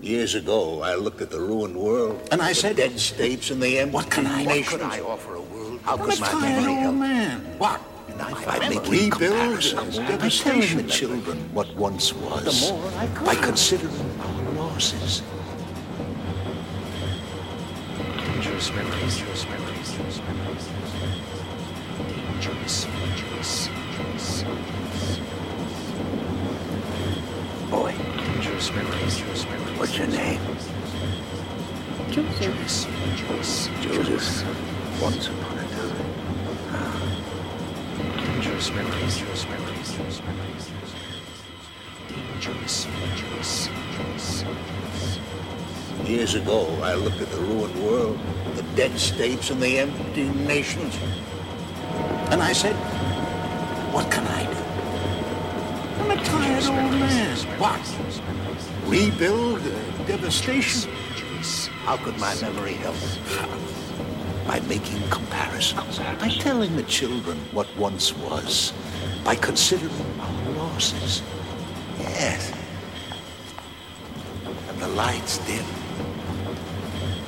Years ago, I looked at the ruined world And I the said- dead states and the empty What can I- what nation. could I- I offer a world? How Well, let's could my try an memory old help? man. What? I I make make weak rebuilds comparisons. and I tell you devastation, that- children, what once was. The more I by cry. considering our losses. Dangerous memories, dangerous memories, dangerous memories, dangerous memories. Dangerous, dangerous, dangerous, dangerous. Boy, Dangerous memories, dangerous memories. What's your name? Joseph. Dangerous, dangerous, dangerous. Joseph, once upon a time. Dangerous memories, dangerous memories, dangerous memories, dangerous memories. Dangerous, dangerous, dangerous, dangerous. Years ago, I looked at the ruined world, the dead states and the empty nations. And I said, what can I do? I'm a tired Dangerous old memories, man. dangerous What? memories, dangerous memories. Rebuild, uh, devastation. Dangerous, How could my memory help? By making comparisons, by telling the children what once was, by considering our losses. Yes. And the lights dim.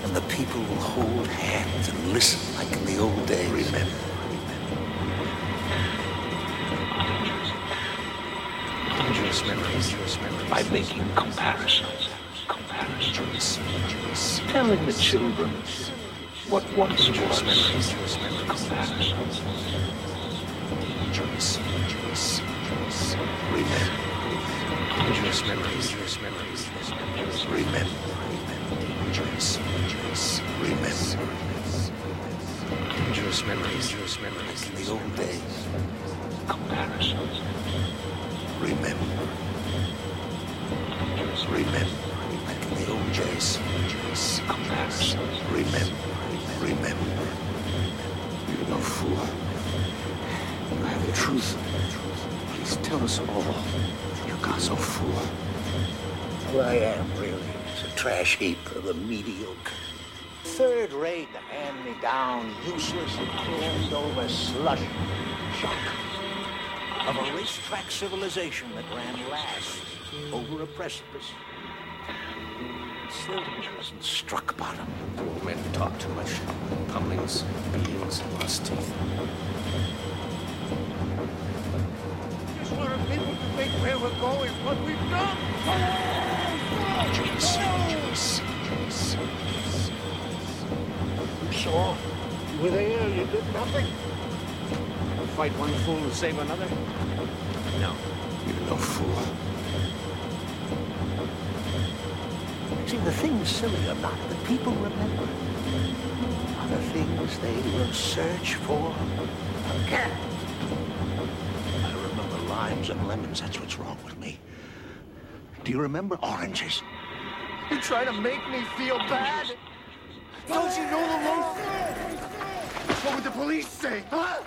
And the people will hold hands and listen like in the old days. Remember. dangerous memories, dangerous memories. By making comparisons, comparisons, Dangerous, dangerous. telling the children what once was. Dangerous memories, dangerous memories, dangerous memories. Dangerous, dangerous, dangerous. Remember, Dangerous memories, dangerous memories, dangerous memories. remember, Dangerous, dangerous, remember. dangerous memories, dangerous memories. In the old days, comparisons. Remember, Dangerous, remember, like in the old days, dangerous, comparisons. Remember, remember. You're no fool. You have the truth. Please tell us all. You got no fool. Well, I am really. It's a trash heap of a mediocre. Third rate, hand me down, useless and crammed over slush. Shock of a racetrack civilization that ran last over a precipice. Still hasn't struck bottom. Old men who talk too much. Pummelings, beatings, lost teeth. just wanted people to think where we're going, what we've done. dangerous, dangerous, dangerous. You saw. You were there. You did nothing. Fight one fool to save another? No. You're no fool. See, the things silly or not, the people remember. Are the things they will search for again. I remember limes and lemons. That's what's wrong with me. Do you remember oranges? You try to make me feel bad. Don't you know the law? What would the police say, huh?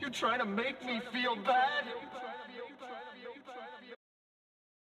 You trying to make me feel bad?